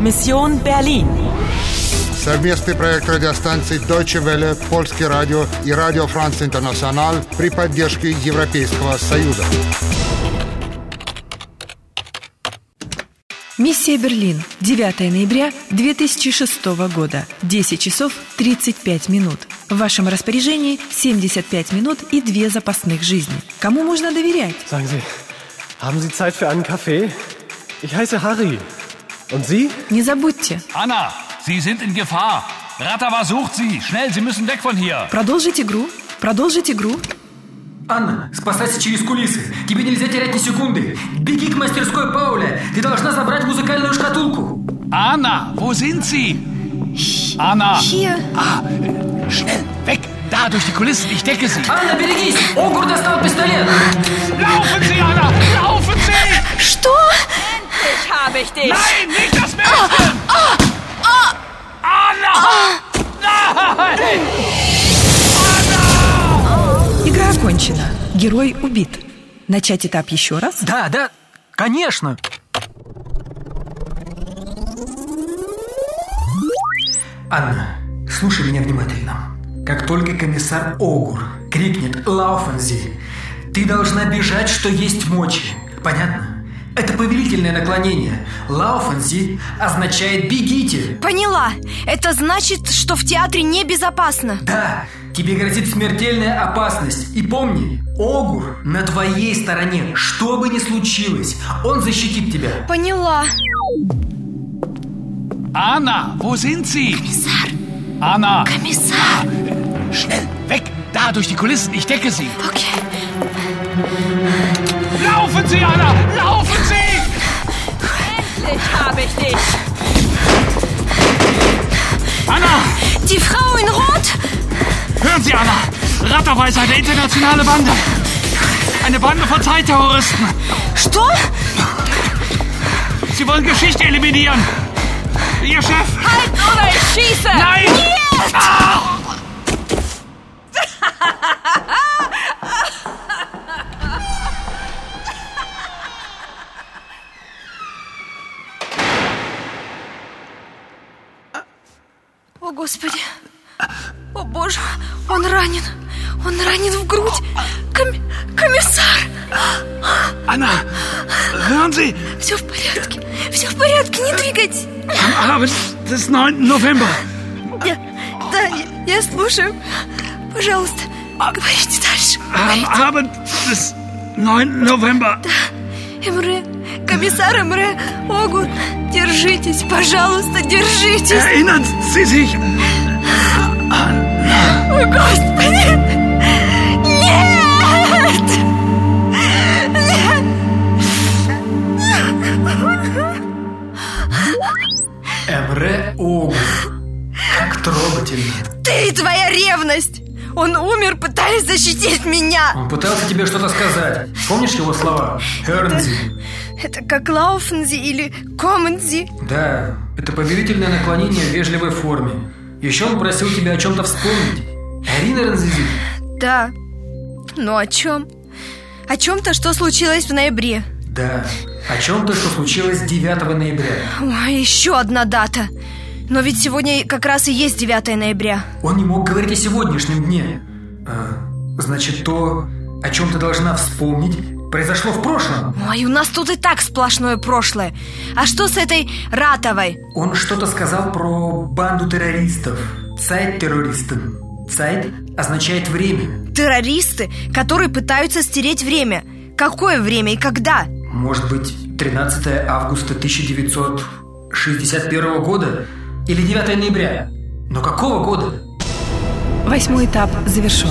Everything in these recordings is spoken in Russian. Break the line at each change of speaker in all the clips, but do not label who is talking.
Mission Berlin.
Совместный проект радиостанций Deutsche Welle, Польский радио и Радио Франц Интернационал при поддержке Европейского Союза.
Миссия Берлин. 9 ноября 2006 года. 10 часов 35 минут. В вашем распоряжении 75 минут и две запасных жизни. Кому можно доверять?
Sagen Sie, haben Sie Zeit für einen Kaffee? Ich heiße Harry. Und Sie?
Не забудьте,
Anna, Sie sind in Gefahr. Ratawa sucht Sie. Schnell, Sie müssen weg von hier.
продолжить игру, продолжить игру.
Анна, спасайся через кулисы. Тебе нельзя терять ни секунды. Беги к мастерской Пауля. Ты должна забрать музыкальную шкатулку.
Anna, wo sind Sie? Anna,
Hier.
schnell, weg. Da, durch die Kulissen. Ich decke Sie.
Анна, берегись! Огур достал пистолет!
Laufen Sie, Anna. Laufen Sie.
Что?
Ich habe ich dich.
Nein, nicht das Mädchen. Anna. Nein.
Игра окончена. Герой убит. Начать этап еще раз?
Да, да, конечно. Анна, слушай меня внимательно. Как только комиссар Огур крикнет «Лауфензи!», ты должна бежать, что есть мочи. Понятно? Это повелительное наклонение. «Лауфензи» означает «бегите».
Поняла. Это значит, что в театре небезопасно.
Да, тебе грозит смертельная опасность. И помни, Огур на твоей стороне. Что бы ни случилось, он защитит тебя.
Поняла.
Anna, wo sind Sie? Kommissar. Anna,
Комиссар.
schnell, weg. Da, durch die Kulissen. Ich decke Sie.
Окей.
Laufen Sie, Anna. Laufen Sie.
Ich habe ich dich.
Anna.
Die Frau in Rot.
Hören Sie, Anna! Rattawa ist eine internationale Bande! Eine Bande von Zeitterroristen!
Что?
Sie wollen Geschichte eliminieren! Ihr Chef!
Halt oder ich schieße.
Nein! Ah!
О, Господи. О, Боже. Он ранен. Он ранен в грудь. Коми- комиссар.
Anna! Hören Sie!
Все в порядке. Все в порядке. Не двигайтесь.
Am Abend des 9. November!
Я- да, я, я слушаю. Пожалуйста, говорите дальше.
Am Abend des 9. November!
Эмре, комиссар Эмре, Огур, держитесь, пожалуйста, держитесь.
Erinnern Sie sich!
О, Господи! Нет!
Эмре Огур. Как трогательно.
Ты и твоя ревность! Он умер, пытаясь защитить меня!
Он пытался тебе что-то сказать. Помнишь его слова? Эрнзи.
Это как Лауфензи или Комензи.
Да, это повелительное наклонение в вежливой форме. Еще он просил тебя о чем-то вспомнить. Эрин Эрнзи.
Да. Но о чем? О чем-то, что случилось в ноябре.
Да, о чем-то, что случилось 9 ноября.
Ой, еще одна дата. Но ведь сегодня как раз и есть 9 ноября.
Он не мог говорить о сегодняшнем дне. Э, значит, то, о чем ты должна вспомнить, произошло в прошлом.
Ой, у нас тут и так сплошное прошлое. А что с этой Ратовой?
Он что-то сказал про банду террористов. Цайт террористом. Цайт означает время.
Террористы, которые пытаются стереть время. Какое время и когда?
Может быть, 13 августа 1961 года или 9 ноября? Но какого года?
Восьмой этап завершен.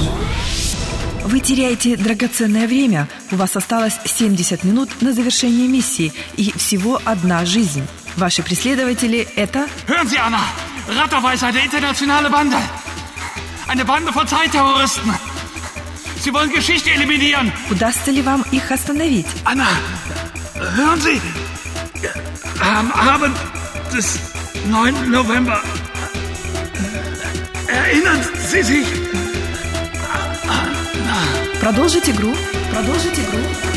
Вы теряете драгоценное время. У вас осталось 70 минут на завершение миссии и всего одна жизнь. Ваши преследователи – это
Hören Sie, Anna! Rattawa ist eine internationale Bande! Eine Bande von Zeitterroristen! Sie wollen Geschichte eliminieren!
удастся ли вам их остановить?
Anna, hören Sie! Am Abend des 9. November äh, erinnern Sie sich
Продолжить игру. Продолжить игру.